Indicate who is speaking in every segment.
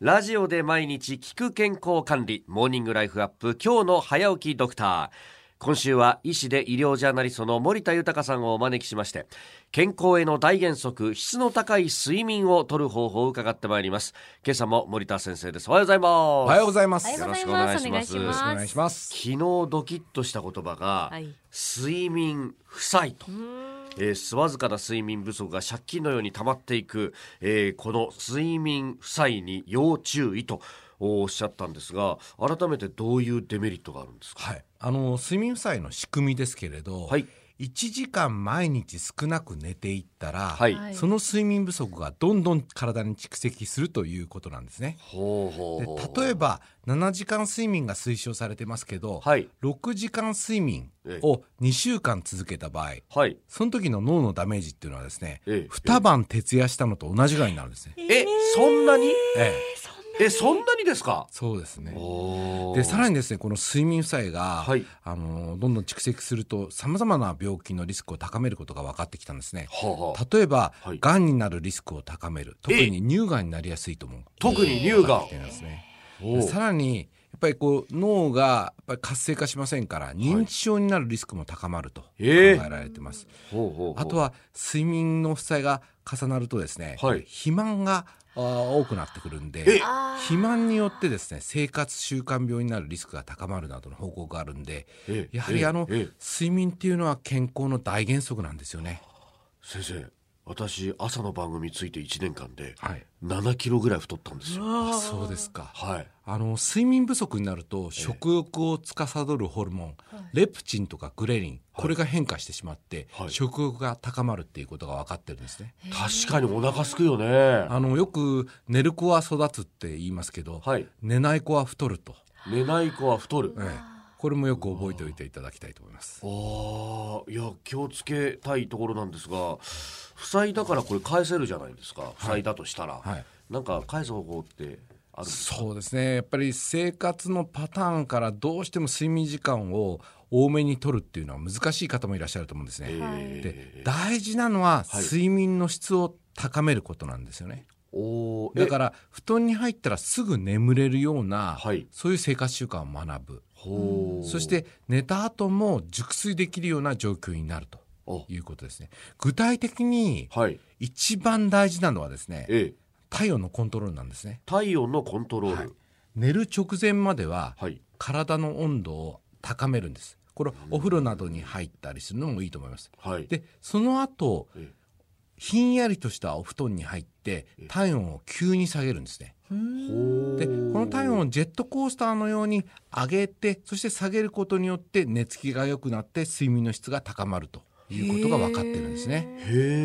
Speaker 1: ラジオで毎日聞く健康管理モーニングライフアップ今日の早起きドクター今週は医師で医療ジャーナリストの森田豊さんをお招きしまして健康への大原則質の高い睡眠をとる方法を伺ってまいります今朝も森田先生ですおはようございますお
Speaker 2: おはようございます。
Speaker 1: よ
Speaker 2: よ
Speaker 1: ろ
Speaker 2: ろ
Speaker 1: し
Speaker 2: し
Speaker 1: く
Speaker 2: く
Speaker 1: お
Speaker 2: お
Speaker 1: 願いし
Speaker 3: お
Speaker 1: ま
Speaker 3: 願い
Speaker 1: す
Speaker 3: します
Speaker 2: 願いします。
Speaker 1: 昨日ドキッとした言葉が、
Speaker 3: はい
Speaker 1: 睡眠負債と、えー、すわずかな睡眠不足が借金のように溜まっていく、えーこの睡眠負債に要注意とおっしゃったんですが改めてどういうデメリットがあるんですか
Speaker 2: はい、あの睡眠負債の仕組みですけれど、
Speaker 1: はい
Speaker 2: 1時間毎日少なく寝ていったら、
Speaker 1: はい、
Speaker 3: はい
Speaker 2: その睡眠不足がどんどん体に蓄積するということなんですね。
Speaker 1: ほうほ
Speaker 2: で
Speaker 1: うほう
Speaker 2: 例えば7時間睡眠が推奨されてますけど、
Speaker 1: はい
Speaker 2: 6時間睡眠を2週間続けた場合、
Speaker 1: はい
Speaker 2: その時の脳のダメージっていうのはですね、
Speaker 1: ええ
Speaker 2: 2晩徹夜したのと同じぐらいになるんですね。
Speaker 1: えそんなに
Speaker 2: ええ、
Speaker 1: えそんなにですか
Speaker 2: そうですね。
Speaker 1: お
Speaker 2: でさ
Speaker 1: に
Speaker 2: らにですねこの睡眠負債が、
Speaker 1: はい
Speaker 2: あのどんどん蓄積するとさまざまな病気のリスクを高めることが分かってきたんですね。
Speaker 1: はあはあ
Speaker 2: 例えば、
Speaker 1: はい
Speaker 2: がんになるリスクを高める特に乳がんになりやすいと思う
Speaker 1: 特に乳がん
Speaker 2: 分かってきてるんですね
Speaker 1: おう
Speaker 2: でさらにやっぱりこう脳がやっぱり活性化しませんから認知症になるリスクも高まると考
Speaker 1: え
Speaker 2: え
Speaker 1: え
Speaker 2: られてます、
Speaker 1: ほうほうほう
Speaker 2: あとは睡眠の負債が重なるとですね、
Speaker 1: はい
Speaker 2: 肥満があー多くなってくるんで
Speaker 1: え
Speaker 2: 肥満によってですね生活習慣病になるリスクが高まるなどの報告があるんで
Speaker 1: ええ
Speaker 2: やはりあの
Speaker 1: ええええ
Speaker 2: 睡眠っていうのは健康の大原則なんですよね。
Speaker 1: 先生私朝の番組ついて1年間で
Speaker 2: はい、
Speaker 1: 7キロぐらい太ったんですよ
Speaker 2: あそうですか
Speaker 1: はい
Speaker 2: あの睡眠不足になると食欲を司るホルモン、レプチンとかグレリンこれが変化してしまって、
Speaker 1: はい
Speaker 2: 食欲が高まるっていうことが分かってるんですね。
Speaker 1: 確かにお腹すくよね
Speaker 2: あのよく寝る子は育つって言いますけど、
Speaker 1: はい
Speaker 2: 寝ない子は太ると、
Speaker 1: 寝ない子は太る
Speaker 2: ええこれもよく覚えておいていただきたいと思います。
Speaker 1: ああいや気をつけたいところなんですが負債だからこれ返せるじゃないですか負債だとしたら、
Speaker 2: はい
Speaker 1: なんか返す方法ってあるんですか
Speaker 2: そうですねやっぱり生活のパターンからどうしても睡眠時間を多めに取るっていうのは難しい方もいらっしゃると思うんですね。
Speaker 1: え
Speaker 2: で大事なのは睡眠の質を高めることなんですよね。
Speaker 1: ー、おーえ
Speaker 2: だから布団に入ったらすぐ眠れるような、
Speaker 1: はい
Speaker 2: そういう生活習慣を学
Speaker 1: ほ
Speaker 2: ぶ
Speaker 1: う
Speaker 2: そして寝た後も熟睡できるような状況になると
Speaker 1: お
Speaker 2: いうことですね。具体的に
Speaker 1: はい
Speaker 2: 一番大事なのはですね
Speaker 1: ええ
Speaker 2: 体温のコントロールなんですね。
Speaker 1: 体温のコントロールはい、
Speaker 2: 寝る直前までは体の温度を高めるんですこれお風呂などに入ったりするのもいいと思います
Speaker 1: はい
Speaker 2: でその後
Speaker 1: え
Speaker 2: ひんやりとしたお布団に入って体温を急に下げるんですね
Speaker 1: えほう
Speaker 2: でこの体温をジェットコースターのように上げてそして下げることによって寝つきが良くなって睡眠の質が高まるということが分かってるんですね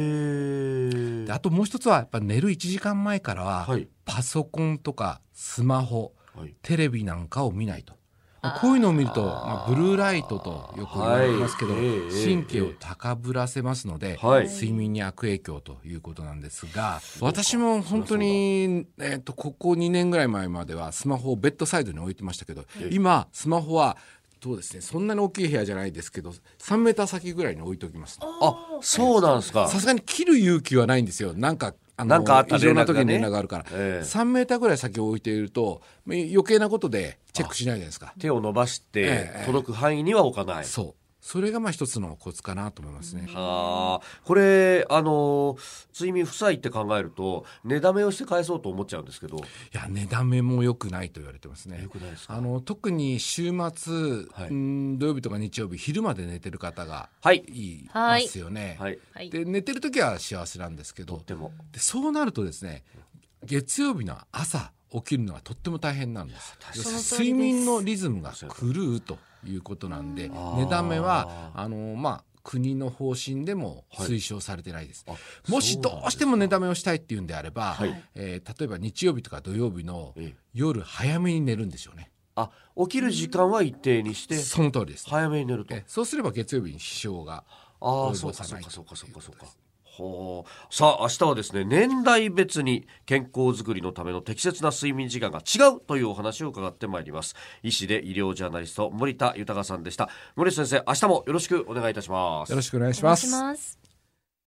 Speaker 1: へえ
Speaker 2: であともう一つはやっぱ寝る1時間前からは
Speaker 1: はい
Speaker 2: パソコンとかスマホ
Speaker 1: はい
Speaker 2: テレビなんかを見ないと。こういうのを見ると、まあ、ブルーライトとよく言われますけど、
Speaker 1: はいええ
Speaker 2: 神経を高ぶらせますので、
Speaker 1: はい
Speaker 2: 睡眠に悪影響ということなんですが、私も本当に、えっとここ2年ぐらい前まではスマホをベッドサイドに置いてましたけど、今スマホはそうですねそんなに大きい部屋じゃないですけど3メーター先ぐらいに置いておきます
Speaker 1: あそうなんですか
Speaker 2: さすがに切る勇気はないんですよなんかあの
Speaker 1: なんかあった
Speaker 2: 異常な時に
Speaker 1: 連絡がね
Speaker 2: 連絡があるから、
Speaker 1: ええ
Speaker 2: 3メーターぐらい先を置いているとまあ余計なことでチェックしないじゃないですか
Speaker 1: 手を伸ばして
Speaker 2: ええ
Speaker 1: 届く範囲には置かない。
Speaker 2: そうそれがまあ一つのコツかなと思いますね、
Speaker 1: はあ、これあの睡眠負債って考えると寝だめをして返そうと思っちゃうんですけど、
Speaker 2: いや値段目も良くないと言われてますね
Speaker 1: 良くないですか
Speaker 2: あの特に週末、
Speaker 1: はい
Speaker 2: うん土曜日とか日曜日昼まで寝てる方が
Speaker 1: はい
Speaker 2: いま
Speaker 3: はい
Speaker 2: すよね、
Speaker 1: はい、
Speaker 3: はい
Speaker 2: で寝てる時は幸せなんですけど
Speaker 1: でも
Speaker 2: でそうなるとですね月曜日の朝起きるのがとっても大変なんです要するに
Speaker 3: その通り
Speaker 2: 睡
Speaker 3: です
Speaker 2: 眠のリズムが狂うということなんで
Speaker 1: ー
Speaker 2: 寝だめはあのまあ国の方針でも推奨されてないです、
Speaker 1: あそ
Speaker 2: もし
Speaker 1: うなんです
Speaker 2: どうしても寝だめをしたいっていうんであれば、
Speaker 1: はい
Speaker 2: えー例えば日曜日とか土曜日の
Speaker 1: ええ
Speaker 2: 夜早めに寝るんでしょうね
Speaker 1: あ起きる時間は一定にして
Speaker 2: その通りです、
Speaker 1: 早めに寝ると。
Speaker 2: えそうすれば月曜日に支障が
Speaker 1: ああ、
Speaker 2: 及
Speaker 1: そう
Speaker 2: ぼ
Speaker 1: か
Speaker 2: さ
Speaker 1: そう
Speaker 2: ない
Speaker 1: かそうかそうか
Speaker 2: とい
Speaker 1: そううか
Speaker 2: ことです。
Speaker 1: ほうさあ明日はですね年代別に健康づくりのための適切な睡眠時間が違うというお話を伺ってまいります医師で医療ジャーナリスト森田豊さんでした森田先生明日もよろしくお願いいたします
Speaker 2: よろしくお願いし
Speaker 3: お願
Speaker 2: ま
Speaker 3: いし
Speaker 2: す
Speaker 3: ます